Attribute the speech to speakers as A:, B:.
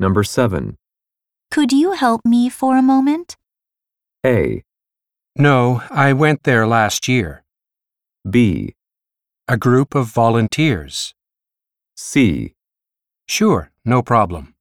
A: Number 7.
B: Could you help me for a moment?
A: A,
C: No, I went there last year.
A: B,
C: A group of volunteers.
A: C.
C: Sure, no problem.